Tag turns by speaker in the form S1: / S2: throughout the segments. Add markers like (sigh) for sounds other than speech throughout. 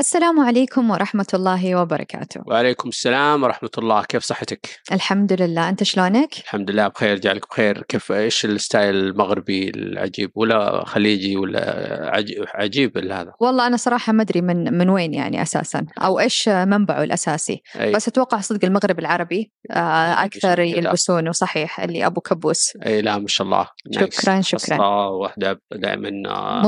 S1: السلام عليكم ورحمة الله وبركاته.
S2: وعليكم السلام ورحمة الله، كيف صحتِك؟
S1: الحمد لله، أنت شلونك؟
S2: الحمد لله بخير، جعلك بخير، كيف إيش الستايل المغربي العجيب ولا خليجي ولا عج عجيب هذا؟
S1: والله أنا صراحة ما أدري من من وين يعني أساسًا أو إيش منبعه الأساسي،
S2: أي.
S1: بس أتوقع صدق المغرب العربي آآ أكثر
S2: بشكل لا.
S1: يلبسونه صحيح اللي أبو كبوس.
S2: أي لا ما شاء الله، نايس
S1: شكرًا،
S2: خاصة
S1: شكرًا.
S2: وحدة دائمًا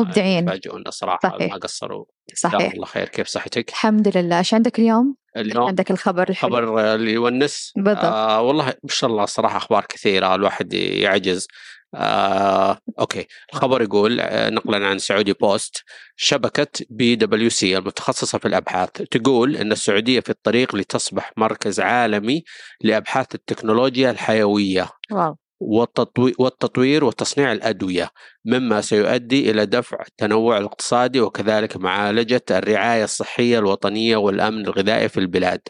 S1: مبدعين.
S2: آه، يفاجئونا صراحة ما
S1: صحيح.
S2: قصروا، جزاهم
S1: صحيح.
S2: الله خير، كيف صحتِك؟
S1: الحمد لله، إيش عندك اليوم؟ إيش
S2: اليوم
S1: عندك الخبر الحلو؟
S2: خبر اللي يونس
S1: بالضبط.
S2: آه والله ما شاء الله صراحة أخبار كثيرة الواحد يعجز آه أوكي الخبر يقول آه، نقلا عن سعودي بوست شبكة بي دبليو سي المتخصصة في الأبحاث تقول أن السعودية في الطريق لتصبح مركز عالمي لأبحاث التكنولوجيا الحيوية
S1: واو.
S2: والتطوي- والتطوير وتصنيع الأدوية مما سيؤدي إلى دفع التنوع الاقتصادي وكذلك معالجة الرعاية الصحية الوطنية والأمن الغذائي في البلاد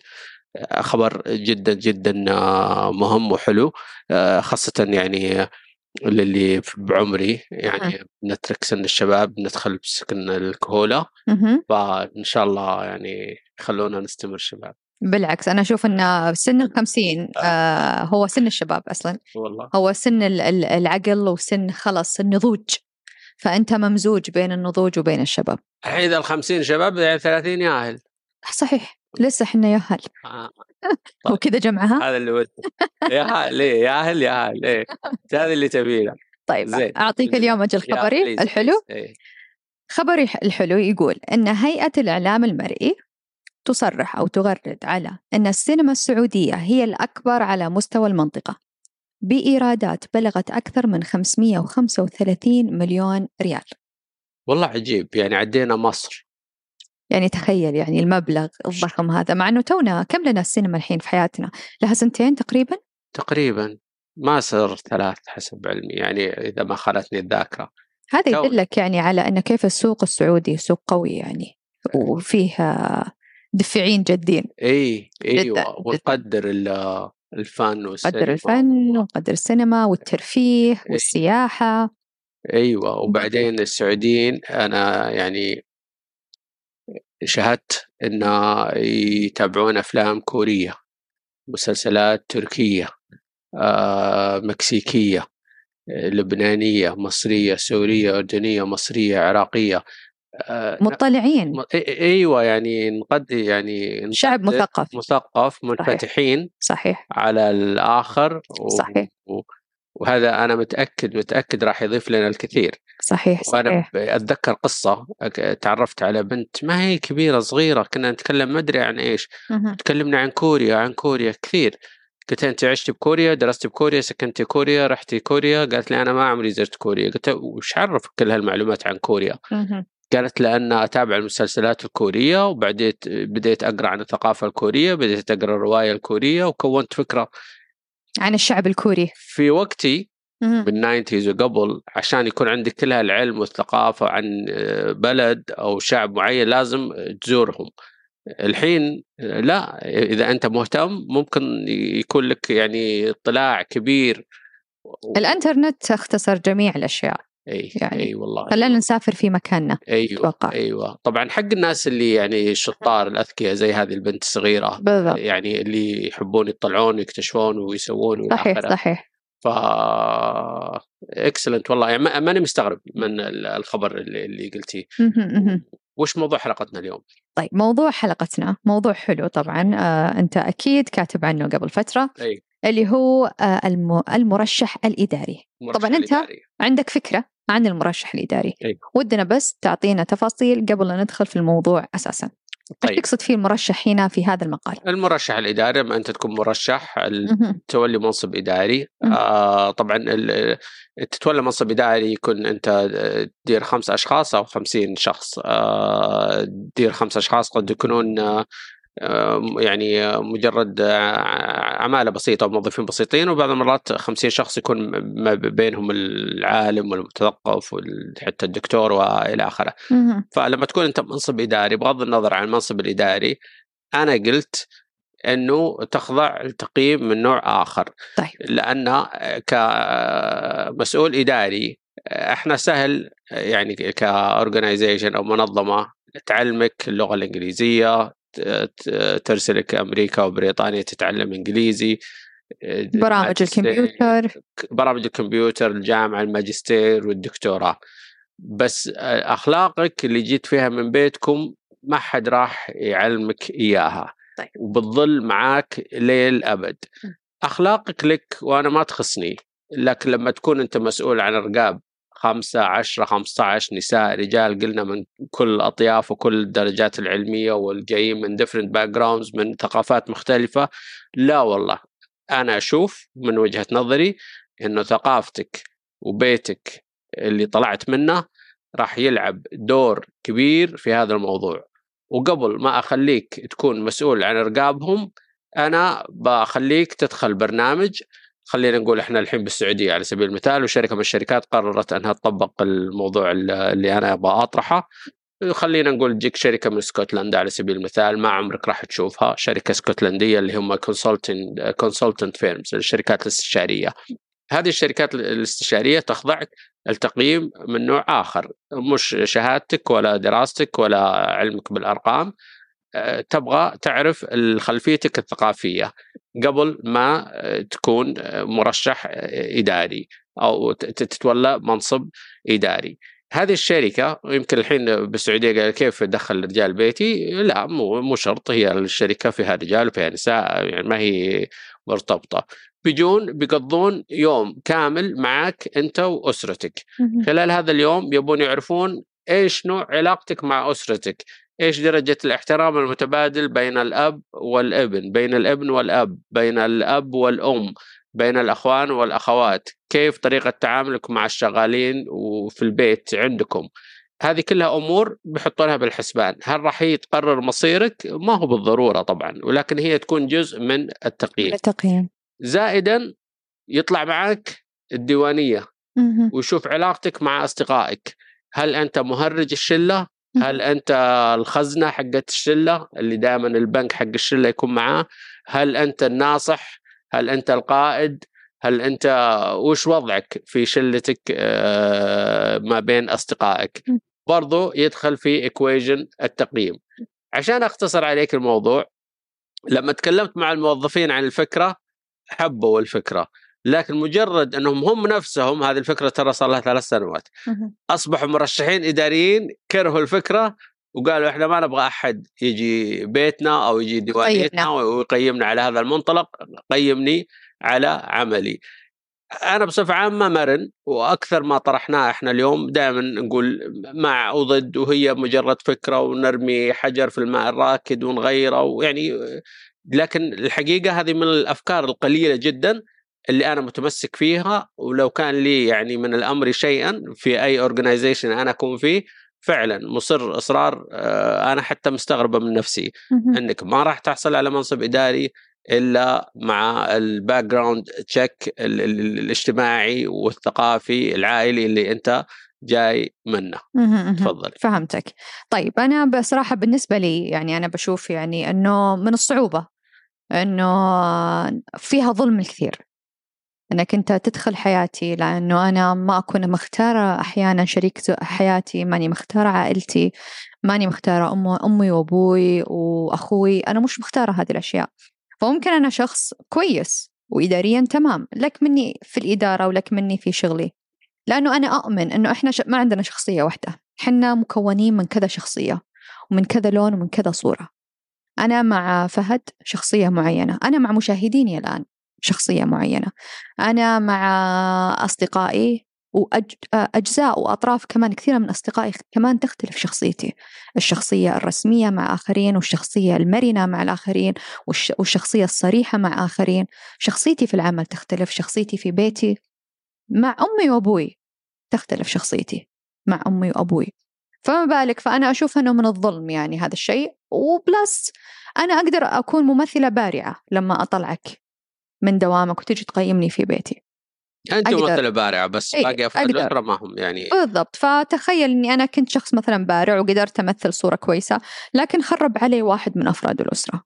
S2: آه، خبر جدا جدا آه، مهم وحلو آه، خاصة يعني للي بعمري
S1: مهم.
S2: يعني نترك سن الشباب ندخل بسكن الكهولة
S1: اهم.
S2: فإن شاء الله يعني خلونا نستمر شباب
S1: بالعكس أنا أشوف إن سن الخمسين آه هو سن الشباب أصلا،
S2: والله
S1: هو سن ال- ال- العقل وسن خلاص النضوج. فأنت ممزوج بين النضوج وبين الشباب.
S2: الحين إذا الخمسين شباب إذا يعني الثلاثين ياهل
S1: صحيح لسه احنا يا هل
S2: آه،
S1: وكذا جمعها
S2: هذا اللي ودي ياهل ليه ياهل ياهل
S1: (laughs)
S2: إيه هذا اللي تبينه
S1: طيب
S2: زين
S1: اعطيك اليوم اجل
S2: يا
S1: خبري
S2: بليز
S1: الحلو
S2: بليز إيه.
S1: خبري الح- الحلو يقول ان هيئه الاعلام المرئي تصرح او تغرد على ان السينما السعوديه هي الاكبر على مستوى المنطقه بايرادات بلغت اكثر من 535 مليون ريال
S2: والله عجيب يعني عدينا مصر
S1: يعني تخيل يعني المبلغ الضخم هذا مع انه تونا كم لنا السينما الحين في حياتنا لها سنتين تقريبا
S2: تقريبا ما صار ثلاث حسب علمي يعني إذا ما خانتني الذاكرة
S1: هذا
S2: تو-
S1: يدلك يعني على أن كيف السوق السعودي سوق قوي يعني
S2: إيه.
S1: وفيه دفعين جادين
S2: اي
S1: جدا
S2: ايوه
S1: جدا
S2: ونقدر ال- إيه، الفن
S1: قدر
S2: والسينما
S1: الفن وقدر السينما والترفيه
S2: إي-
S1: والسياحة
S2: ايوه
S1: إمم.
S2: وبعدين السعوديين انا يعني شاهدت ان يتابعون افلام كوريه مسلسلات تركيه آه، مكسيكيه آه، لبنانيه مصريه سوريه اردنيه مصريه عراقيه آه، ن-
S1: مطلعين
S2: م- إي- إي- ايوه يعني نقد يعني
S1: شعب
S2: نقدر
S1: مثقف
S2: مثقف
S1: صحيح
S2: منفتحين
S1: صحيح
S2: على الآخر و...
S1: صحيح
S2: و... وهذا أنا متأكد متأكد راح يضيف لنا الكثير
S1: صحيح
S2: وأنا
S1: صحيح
S2: ب- أتذكر قصة أك- تعرفت على بنت ما هي كبيرة صغيرة كنا نتكلم ما أدري عن إيش
S1: مهم.
S2: تكلمنا عن كوريا عن كوريا كثير قلت لها أنت عشت بكوريا درست بكوريا سكنت كوريا رحت كوريا قالت لي أنا ما عمري زرت كوريا قلت لها وش عرفك كل هالمعلومات عن كوريا
S1: مهم.
S2: قالت لأن أتابع المسلسلات الكورية وبديت بديت أقرأ عن الثقافة الكورية بديت أقرأ الرواية الكورية وكونت فكرة
S1: عن الشعب الكوري
S2: في وقتي
S1: مهم.
S2: بالناينتيز وقبل عشان يكون عندك كل هالعلم والثقافة عن آه، بلد أو شعب معين لازم تزورهم الحين آه، لا إذا أنت مهتم ممكن يكون لك يعني اطلاع كبير و...
S1: الإنترنت اختصر جميع الأشياء
S2: أي أي
S1: يعني
S2: والله
S1: خلانا
S2: أيوه
S1: نسافر في مكاننا
S2: أيوه
S1: أتوقع
S2: أيوه طبعا حق الناس اللي يعني
S1: مهم.
S2: الشطار الأذكياء زي هذه البنت الصغيرة
S1: بالضبط
S2: يعني اللي يحبون يطلعون ويكتشفون ويسوون وإلى
S1: صحيح
S2: آخره
S1: صحيح
S2: ف اكسلنت والله يعني ما- ماني مستغرب من ال- الخبر اللي, اللي قلتيه
S1: مهم. مهم.
S2: وش موضوع حلقتنا اليوم؟
S1: طيب موضوع حلقتنا موضوع حلو طبعا آه، أنت أكيد كاتب عنه قبل فترة
S2: اي
S1: اللي هو آه، الم- المرشح الإداري طبعا
S2: المرشح
S1: أنت
S2: الاداري
S1: عندك فكرة عن المرشح الإداري
S2: اي
S1: ودنا بس تعطينا تفاصيل قبل لا ندخل في الموضوع أساسا إيش
S2: طيب
S1: تقصد فيه المرشح هنا في هذا المقال
S2: المرشح الاداري لما انت تكون مرشح ال-
S1: مهم.
S2: تولي منصب اداري
S1: مهم.
S2: آه طبعا ال- تتولى منصب اداري يكون انت تدير آه، خمس اشخاص او خمسين شخص آه تدير خمس اشخاص قد يكونون يعني مجرد عماله بسيطه وموظفين بسيطين وبعض المرات 50 شخص يكون ما بينهم العالم والمتثقف وحتى الدكتور والى اخره
S1: مهم.
S2: فلما تكون انت منصب اداري بغض النظر عن المنصب الاداري انا قلت انه تخضع لتقييم من نوع اخر
S1: طيب.
S2: لان آه، كمسؤول اداري احنا سهل يعني كاورجنايزيشن او منظمه تعلمك اللغه الانجليزيه ت- ترسلك امريكا وبريطانيا تتعلم آه، انجليزي
S1: برامج الكمبيوتر
S2: برامج الكمبيوتر الجامعه الماجستير والدكتوراه بس اخلاقك اللي جيت فيها من بيتكم ما حد راح يعلمك اياها
S1: طيب.
S2: وبتظل معاك ليل ابد اخلاقك لك وانا ما تخصني لكن لما تكون انت مسؤول عن رقاب خمسة عشرة خمسة عشر نساء رجال قلنا من كل الأطياف وكل الدرجات العلمية والجايين من different backgrounds من ثقافات مختلفة لا والله أنا أشوف من وجهة نظري أنه ثقافتك وبيتك اللي طلعت منه راح يلعب دور كبير في هذا الموضوع وقبل ما أخليك تكون مسؤول عن إرقابهم أنا بخليك تدخل برنامج خلينا نقول احنا الحين بالسعوديه على سبيل المثال وشركه من الشركات قررت انها تطبق الموضوع اللي انا ابغى اطرحه خلينا نقول تجيك شركه من اسكتلندا على سبيل المثال ما عمرك راح تشوفها شركه اسكتلنديه اللي هم كونسلتنت كونسلتنت فيرمز الشركات الاستشاريه هذه الشركات الاستشاريه تخضع التقييم من نوع اخر مش شهادتك ولا دراستك ولا علمك بالارقام أه، تبغى تعرف خلفيتك الثقافيه قبل ما آه، تكون مرشح آه، اداري او تتولى منصب اداري هذه الشركه يمكن الحين بالسعوديه قال كيف ادخل رجال بيتي لا مو مو شرط هي الشركه فيها رجال وفيها نساء يعني ما هي مرتبطه بيجون بيقضون يوم كامل معك انت واسرتك
S1: مهم.
S2: خلال هذا اليوم يبون يعرفون ايش نوع علاقتك مع اسرتك ايش درجة الاحترام المتبادل بين الاب والابن، بين الابن والاب، بين الاب والام، بين الاخوان والاخوات، كيف طريقة تعاملك مع الشغالين وفي البيت عندكم؟ هذه كلها امور بيحطونها بالحسبان، هل راح هي تقرر مصيرك؟ ما هو بالضروره طبعا، ولكن هي تكون جزء من التقييم.
S1: التقييم
S2: زائدا يطلع معك الديوانيه
S1: مهم.
S2: ويشوف علاقتك مع اصدقائك، هل انت مهرج الشله هل انت الخزنه حقت الشله اللي دائما البنك حق الشله يكون معاه هل انت الناصح هل انت القائد هل انت وش وضعك في شلتك آه، ما بين اصدقائك
S1: م.
S2: برضو يدخل في ايكويجن التقييم عشان اختصر عليك الموضوع لما تكلمت مع الموظفين عن الفكره حبوا الفكره لكن مجرد انهم هم نفسهم هذه الفكره ترى صار لها ثلاث سنوات
S1: مهم.
S2: اصبحوا مرشحين اداريين كرهوا الفكره وقالوا احنا ما نبغى احد يجي بيتنا او يجي ديوانيتنا
S1: يقيمنا.
S2: ويقيمنا على هذا المنطلق قيمني على عملي انا بصفه عامه مرن واكثر ما طرحناه احنا اليوم دائما نقول مع وضد وهي مجرد فكره ونرمي حجر في الماء الراكد ونغيره ويعني لكن الحقيقه هذه من الافكار القليله جدا اللي انا متمسك فيها ولو كان لي يعني من الامر شيئا في اي اورجنايزيشن انا اكون فيه فعلا مصر اصرار آه، انا حتى مستغربه من نفسي
S1: مهم.
S2: انك ما راح تحصل على منصب اداري الا مع الباك جراوند تشيك الاجتماعي والثقافي العائلي اللي انت جاي منه
S1: مهم. مهم.
S2: تفضل
S1: فهمتك طيب أنا بصراحة بالنسبة لي يعني أنا بشوف يعني أنه من الصعوبة أنه فيها ظلم الكثير أنك أنت تدخل حياتي لأنه أنا ما أكون مختارة أحيانا شريك ز- حياتي ماني مختارة عائلتي ماني مختارة أم- أمي وأبوي وأخوي أنا مش مختارة هذه الأشياء فممكن أنا شخص كويس وإداريا تمام لك مني في الإدارة ولك مني في شغلي لأنه أنا أؤمن أنه إحنا ش... ما عندنا شخصية واحدة حنا مكونين من كذا شخصية ومن كذا لون ومن كذا صورة أنا مع فهد شخصية معينة أنا مع مشاهديني الآن شخصية معينة أنا مع أصدقائي وأجزاء وأطراف كمان كثيرة من أصدقائي كمان تختلف شخصيتي الشخصية الرسمية مع آخرين والشخصية المرنة مع الآخرين والش- والشخصية الصريحة مع آخرين شخصيتي في العمل تختلف شخصيتي في بيتي مع أمي وأبوي تختلف شخصيتي مع أمي وأبوي فما بالك فأنا أشوف أنه من الظلم يعني هذا الشيء وبلس أنا أقدر أكون ممثلة بارعة لما أطلعك من دوامك وتجي تقيمني في بيتي
S2: انت
S1: أقدر.
S2: مثل بارعه بس
S1: إيه،
S2: باقي افراد
S1: أقدر.
S2: الاسره ما هم يعني
S1: بالضبط فتخيل أني أنا كنت شخص مثلا بارع وقدرت أمثل صورة كويسة لكن خرب علي واحد من أفراد الأسرة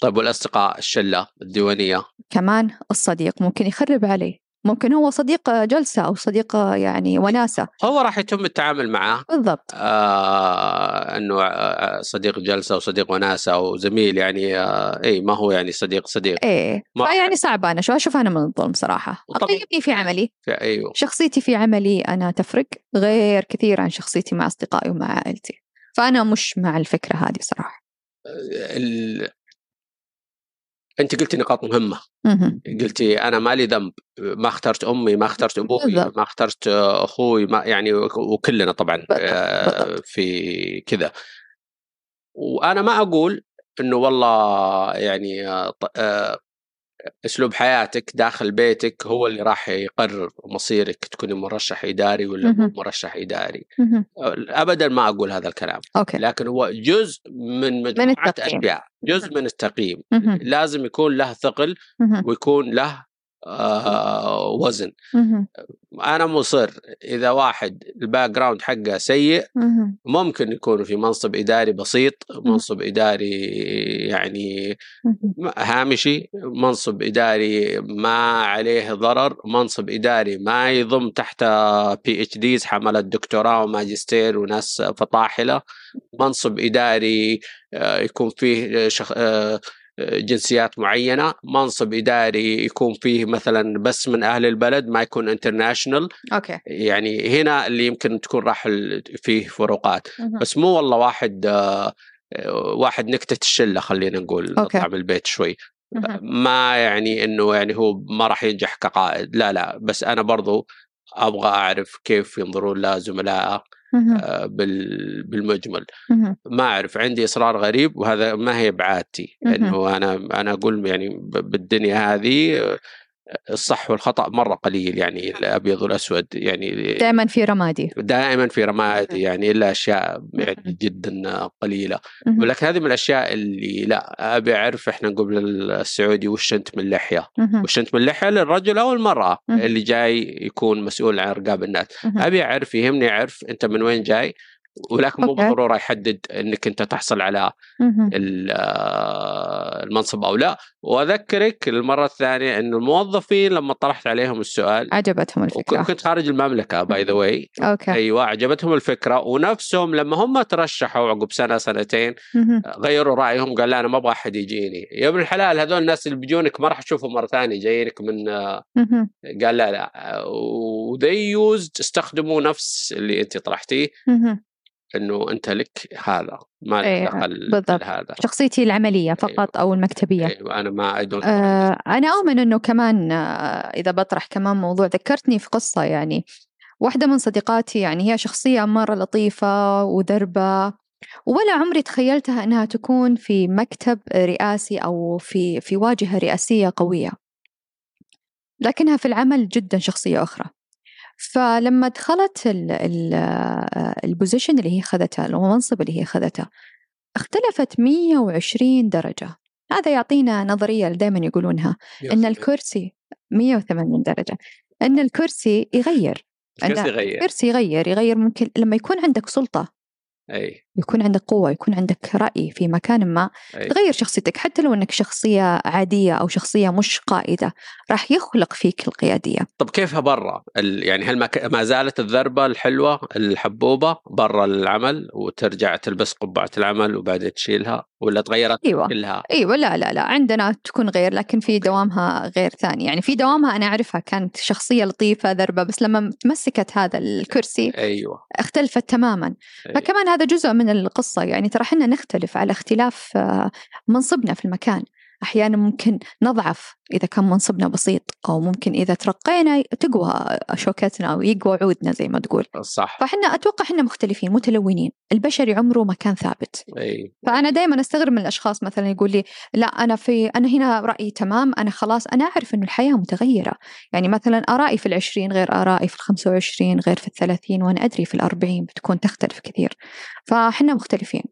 S2: طيب والاصدقاء الشله الديوانيه
S1: كمان الصديق ممكن يخرب علي ممكن هو صديق جلسة أو صديق يعني وناسة
S2: هو راح يتم التعامل معاه
S1: بالضبط
S2: آه انه آه، صديق جلسه وصديق وناسه وزميل يعني آه اي ما هو يعني صديق صديق
S1: ايه
S2: ما-
S1: فيعني صعب انا شو اشوف انا من الظلم صراحه
S2: وطبعاً-
S1: اقيمني في عملي
S2: ايوه
S1: شخصيتي في عملي انا تفرق غير كثير عن شخصيتي مع اصدقائي ومع عائلتي فانا مش مع الفكره هذه صراحه
S2: ال... انت قلتي نقاط مهمه
S1: مهم.
S2: قلتي انا مالي ذنب ما اخترت امي ما اخترت ابوي
S1: بالضبط.
S2: ما اخترت آه، اخوي ما يعني وك- وكلنا طبعا آه،
S1: بالضبط.
S2: في كذا وانا ما اقول انه والله يعني آه، ط- آه، اسلوب حياتك داخل بيتك هو اللي راح يقرر مصيرك تكوني مرشح اداري ولا مو
S1: مهم.
S2: مرشح اداري
S1: مهم.
S2: ابدا ما اقول هذا الكلام
S1: اوكي
S2: لكن هو جزء من مجموعه
S1: التقييم.
S2: اشياء جزء من التقييم
S1: مهم.
S2: لازم يكون له ثقل
S1: مهم.
S2: ويكون له آه، وزن
S1: مهم.
S2: انا مصر اذا واحد الباك جراوند حقه سيء
S1: مهم.
S2: ممكن يكون في منصب اداري بسيط منصب اداري يعني
S1: مهم.
S2: هامشي منصب اداري ما عليه ضرر منصب اداري ما يضم تحت بي اتش ديز حمله دكتوراه وماجستير وناس فطاحله منصب اداري آه، يكون فيه شخ... آه، جنسيات معينه منصب اداري يكون فيه مثلا بس من اهل البلد ما يكون انترناشنال
S1: اوكي
S2: يعني هنا اللي يمكن تكون راح ال- فيه فروقات
S1: مهم.
S2: بس مو والله واحد آه، آه، واحد نكتة الشلة خلينا نقول
S1: أوكي.
S2: نطلع من البيت شوي
S1: مهم.
S2: آه، ما يعني انه يعني هو ما راح ينجح كقائد لا لا بس انا برضو ابغى اعرف كيف ينظرون لزملائه
S1: مهم.
S2: آه، بال- بالمجمل
S1: مهم.
S2: ما اعرف عندي اصرار غريب وهذا ما هي بعادتي
S1: مهم.
S2: انه انا انا اقول يعني ب- بالدنيا هذه آه، الصح والخطا مره قليل يعني الابيض والاسود يعني
S1: دائما في رمادي
S2: دائما في رمادي
S1: مهم.
S2: يعني الا اشياء
S1: مهم.
S2: يعني جدا قليله
S1: مهم.
S2: ولكن هذه من الاشياء اللي لا ابي اعرف احنا نقول السعودي وش انت من لحيه
S1: مهم.
S2: وش انت من لحيه للرجل او المراه
S1: مهم.
S2: اللي جاي يكون مسؤول عن رقاب الناس
S1: مهم.
S2: ابي اعرف يهمني اعرف انت من وين جاي ولكن مو
S1: أوكي.
S2: بالضروره يحدد انك انت تحصل على
S1: مهم.
S2: ال- آه، المنصب او لا واذكرك المره الثانيه ان الموظفين لما طرحت عليهم السؤال
S1: عجبتهم الفكره
S2: وكنت خارج المملكه باي ذا واي
S1: اوكي
S2: ايوه عجبتهم الفكره ونفسهم لما هم ترشحوا عقب سنه سنتين
S1: مهم.
S2: غيروا رايهم قال لا انا ما ابغى احد يجيني يا ابن الحلال هذول الناس اللي بيجونك ما راح تشوفهم مره ثانيه جايينك من
S1: مهم.
S2: قال لا لا وذي يوزد استخدموا نفس اللي انت طرحتيه
S1: مهم.
S2: انه انت لك هذا ما
S1: إيه،
S2: لك دخل
S1: بالضبط.
S2: هذا
S1: شخصيتي العمليه فقط او المكتبيه
S2: ايوه انا ما I don't-
S1: آه، أنا أؤمن أنه كمان آه، إذا بطرح كمان موضوع ذكرتني في قصة يعني واحدة من صديقاتي يعني هي شخصية مرة لطيفة وذربة ولا عمري تخيلتها أنها تكون في مكتب رئاسي أو في في واجهة رئاسية قوية لكنها في العمل جدا شخصية أخرى فلما دخلت ال- ال- آه، البوزيشن اللي هي خذتها المنصب اللي هي خذته اختلفت 120 درجة هذا يعطينا نظرية اللي دائما يقولونها ان الكرسي 180 درجه ان الكرسي يغير
S2: الكرسي
S1: أنا-
S2: غير
S1: الكرسي يغير يغير ممكن لما يكون عندك سلطه
S2: اي
S1: يكون عندك قوه يكون عندك راي في مكان ما
S2: أي.
S1: تغير شخصيتك حتى لو انك شخصيه عاديه او شخصيه مش قائده راح يخلق فيك القياديه
S2: طب كيفها برا؟ ال- يعني هل ما, ك... ما زالت الذربه الحلوه الحبوبه برا العمل وترجع تلبس قبعه العمل وبعدين تشيلها ولا تغيرت
S1: ايوه
S2: كلها؟
S1: ايوه لا لا لا عندنا تكون غير لكن في دوامها غير ثاني يعني في دوامها انا اعرفها كانت شخصيه لطيفه ذربه بس لما تمسكت هذا الكرسي
S2: ايوه
S1: اختلفت تماما
S2: أي.
S1: فكمان هذا جزء من القصة يعني ترى احنا نختلف على اختلاف آه، منصبنا في المكان أحيانا ممكن نضعف إذا كان منصبنا بسيط أو ممكن إذا ترقينا تقوى شوكتنا ويقوى عودنا زي ما تقول
S2: صح
S1: فاحنا أتوقع احنا مختلفين متلونين البشري عمره ما كان ثابت
S2: اي
S1: فأنا دائما أستغرب من الأشخاص مثلا يقول لي لا أنا في أنا هنا رأيي تمام أنا خلاص أنا أعرف إنه الحياة متغيرة يعني مثلا آرائي في العشرين غير آرائي في الخمسة وعشرين غير في الثلاثين وأنا أدري في الأربعين بتكون تختلف كثير فاحنا مختلفين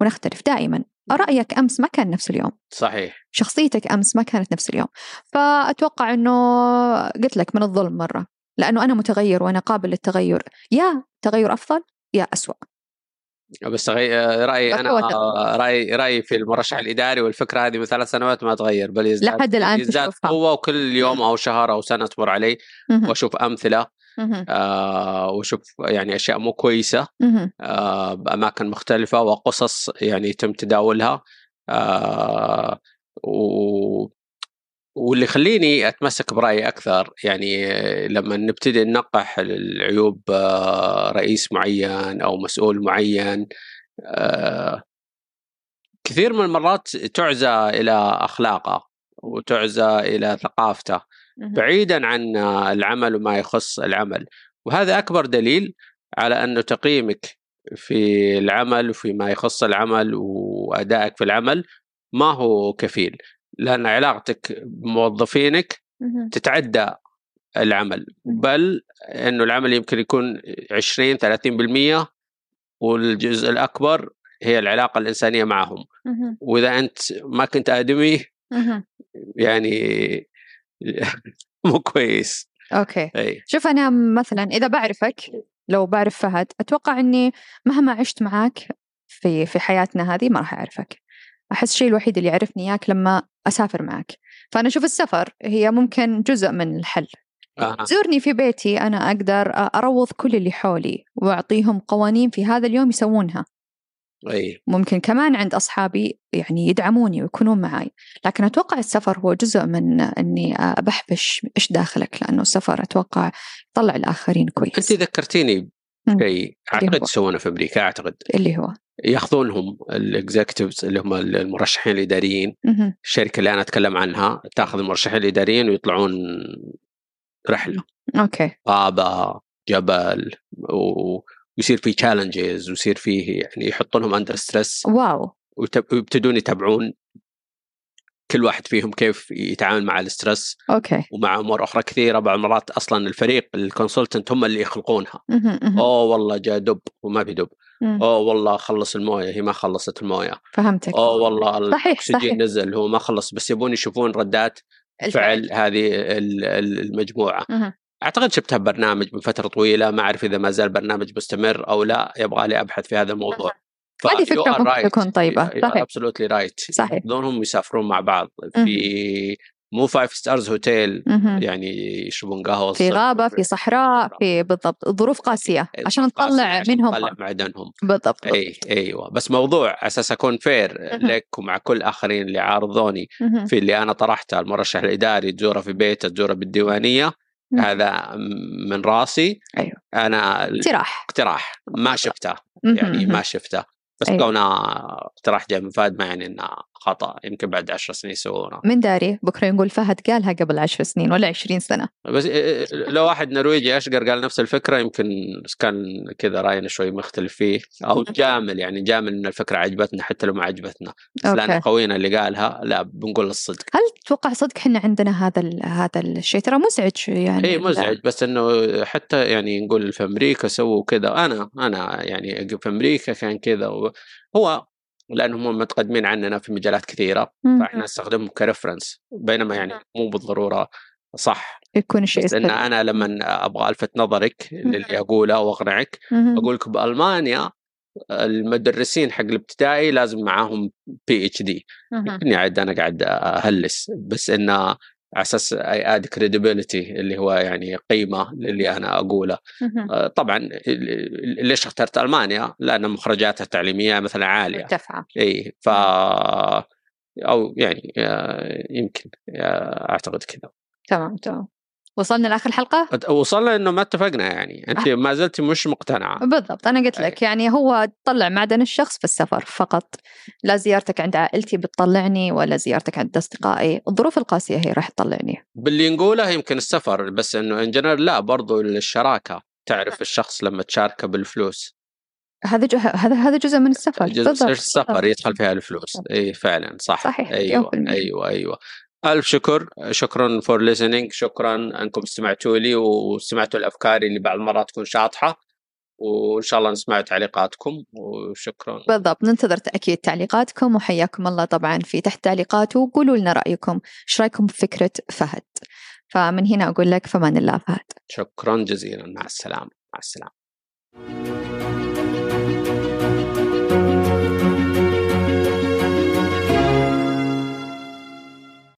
S1: ونختلف دائما رأيك أمس ما كان نفس اليوم
S2: صحيح
S1: شخصيتك امس ما كانت نفس اليوم فاتوقع انه قلت لك من الظلم مره لانه انا متغير وانا قابل للتغير يا تغير افضل يا اسوا
S2: بس غي- آه، رايي انا
S1: بتوتر.
S2: رايي رايي آه، في المرشح الاداري والفكره هذه من ثلاث سنوات ما تغير بل يزداد
S1: لحد الان
S2: يزداد
S1: تشوفها
S2: قوه وكل يوم او شهر او سنه تمر علي
S1: مهم.
S2: واشوف امثله
S1: مهم.
S2: آه واشوف يعني اشياء مو كويسه
S1: مهم.
S2: آه باماكن مختلفه وقصص يعني يتم تداولها آه و واللي يخليني اتمسك برايي اكثر يعني لما نبتدي ننقح العيوب آه، رئيس معين او مسؤول معين آه، كثير من المرات تعزى الى اخلاقه وتعزى الى ثقافته
S1: مهم.
S2: بعيدا عن العمل وما يخص العمل وهذا اكبر دليل على انه تقييمك في العمل وفيما يخص العمل وادائك في العمل ما هو كفيل لان علاقتك بموظفينك
S1: مهم.
S2: تتعدى العمل بل انه العمل يمكن يكون 20 30% والجزء الاكبر هي العلاقه الانسانيه معهم
S1: مهم.
S2: واذا انت ما كنت ادمي
S1: مهم.
S2: يعني (laughs) مو كويس
S1: اوكي
S2: اي
S1: شوف انا مثلا اذا بعرفك لو بعرف فهد اتوقع اني مهما عشت معاك في في حياتنا هذه ما راح اعرفك احس الشيء الوحيد اللي يعرفني اياك لما اسافر معك فانا اشوف السفر هي ممكن جزء من الحل
S2: آه.
S1: زورني في بيتي أنا أقدر أروض كل اللي حولي وأعطيهم قوانين في هذا اليوم يسوونها إيه.
S2: اي
S1: ممكن كمان عند أصحابي يعني يدعموني ويكونون معي لكن أتوقع السفر هو جزء من أني بحبش إيش داخلك لأنه السفر أتوقع يطلع الآخرين
S2: انت
S1: كويس
S2: ذكرتيني
S1: مم.
S2: شيء
S1: اللي
S2: اعتقد
S1: هو.
S2: يسوونه في امريكا اعتقد
S1: اللي هو
S2: ياخذونهم الاكزكتفز اللي هم المرشحين الاداريين
S1: مهم.
S2: الشركه اللي انا اتكلم عنها تاخذ المرشحين الاداريين ويطلعون رحله
S1: أوكي
S2: غابه جبل و... ويصير في تشالنجز ويصير فيه يعني يحطونهم اندر ستريس
S1: واو
S2: ويبتدون يتابعون كل واحد فيهم كيف يتعامل مع الستريس
S1: أوكي
S2: ومع امور اخرى كثيره بعض المرات اصلا الفريق الكونسلتنت هم اللي يخلقونها
S1: مهم. مهم.
S2: اوه والله جاء دب وما في دب
S1: مم.
S2: اوه والله خلص المويه هي ما خلصت المويه
S1: فهمتك
S2: اوه والله
S1: صحيح صحيح
S2: الاكسجين نزل هو ما خلص بس يبون يشوفون ردات
S1: الفعل
S2: فعل هذه ال- ال- المجموعه
S1: مهم.
S2: اعتقد شفتها ببرنامج من فتره طويله ما اعرف اذا ما زال برنامج مستمر او لا يبغى لي ابحث في هذا الموضوع
S1: هذه فكرة ممكن تكون طيبة. صحيح.
S2: ابسولوتلي رايت
S1: صحيح.
S2: ياخذونهم ويسافرون مع بعض في مو فايف ستارز هوتيل
S1: مهم.
S2: يعني يشربون قهوه
S1: في
S2: الصبح.
S1: غابة في صحراء في بالضبط ظروف قاسية عشان نطلع
S2: إيه، عشان
S1: منهم
S2: نطلع معدنهم
S1: بالضبط
S2: اي ايوه بس موضوع اساس اكون فير
S1: مهم.
S2: لك ومع كل الاخرين اللي عارضوني
S1: مهم.
S2: في اللي انا طرحته المرشح الاداري تزوره في بيته تزوره بالديوانيه
S1: مهم.
S2: هذا من راسي
S1: أيوه.
S2: انا
S1: اقتراح
S2: اقتراح ما شفته
S1: مهم.
S2: يعني
S1: مهم.
S2: ما شفته بس
S1: أيوه.
S2: كونه اقتراح جاي من فهد ما يعني انه خطا يمكن بعد عشر سنين يسوونه
S1: من داري بكرة نقول فهد قالها قبل عشر سنين ولا عشرين سنة
S2: بس إيه، لو واحد نرويجي اشقر قال نفس الفكره يمكن بس كان كذا راينا شوي مختلف فيه او جامل يعني جامل ان الفكره عجبتنا حتى لو ما عجبتنا بس لان
S1: أوكي.
S2: خوينا اللي قالها لا بنقول الصدق
S1: هل تتوقع صدق احنا عندنا هذا ال... هذا الشيء ترى مزعج يعني
S2: اي
S1: ال-
S2: إيه، مزعج بس انه حتى يعني نقول في امريكا سووا كذا انا انا يعني في امريكا كان كذا و- هو لانهم هم متقدمين عننا في مجالات كثيره
S1: مهم.
S2: فاحنا نستخدمهم كرفرنس بينما يعني مو بالضروره صح
S1: يكون الشيء
S2: بس ان
S1: سريع.
S2: انا لما ابغى الفت نظرك للي اقوله واقنعك
S1: مهم.
S2: اقول لك بالمانيا المدرسين حق الابتدائي لازم معاهم بي اتش دي
S1: مهم.
S2: اني عاد انا قاعد اهلس بس انه على اساس اي اد كريديبيليتي اللي هو يعني قيمه للي انا اقوله
S1: مهم.
S2: أه، طبعا ال- ال- ليش اخترت المانيا؟ لان مخرجاتها التعليميه مثلا عاليه
S1: مرتفعة
S2: اي ف او يعني آه، يمكن آه، اعتقد كذا
S1: تمام تمام وصلنا لاخر الحلقه
S2: وصلنا انه ما اتفقنا يعني انت ما زلت مش مقتنعه
S1: بالضبط انا قلت لك يعني هو تطلع معدن الشخص في السفر فقط لا زيارتك عند عائلتي بتطلعني ولا زيارتك عند اصدقائي الظروف القاسيه هي راح تطلعني
S2: باللي نقوله يمكن السفر بس انه ان جنرال لا برضو الشراكه تعرف الشخص لما تشاركه بالفلوس
S1: هذا جو... هذا هذا جزء من السفر
S2: جزء
S1: بالضبط
S2: السفر
S1: بالضبط.
S2: يدخل فيها الفلوس اي فعلا صح
S1: صحيح،
S2: ايوه
S1: 100%.
S2: ايوه ايوه الف شكر شكرا فور listening شكرا انكم استمعتوا لي وسمعتوا الافكار اللي بعض المرات تكون شاطحه وان شاء الله نسمع تعليقاتكم وشكرا
S1: بالضبط ننتظر تأكيد تعليقاتكم وحياكم الله طبعا في تحت تعليقاته قولوا لنا رأيكم ايش رأيكم بفكرة فهد فمن هنا أقول لك فمان الله فهد
S2: شكرا جزيلا مع السلامه مع السلامه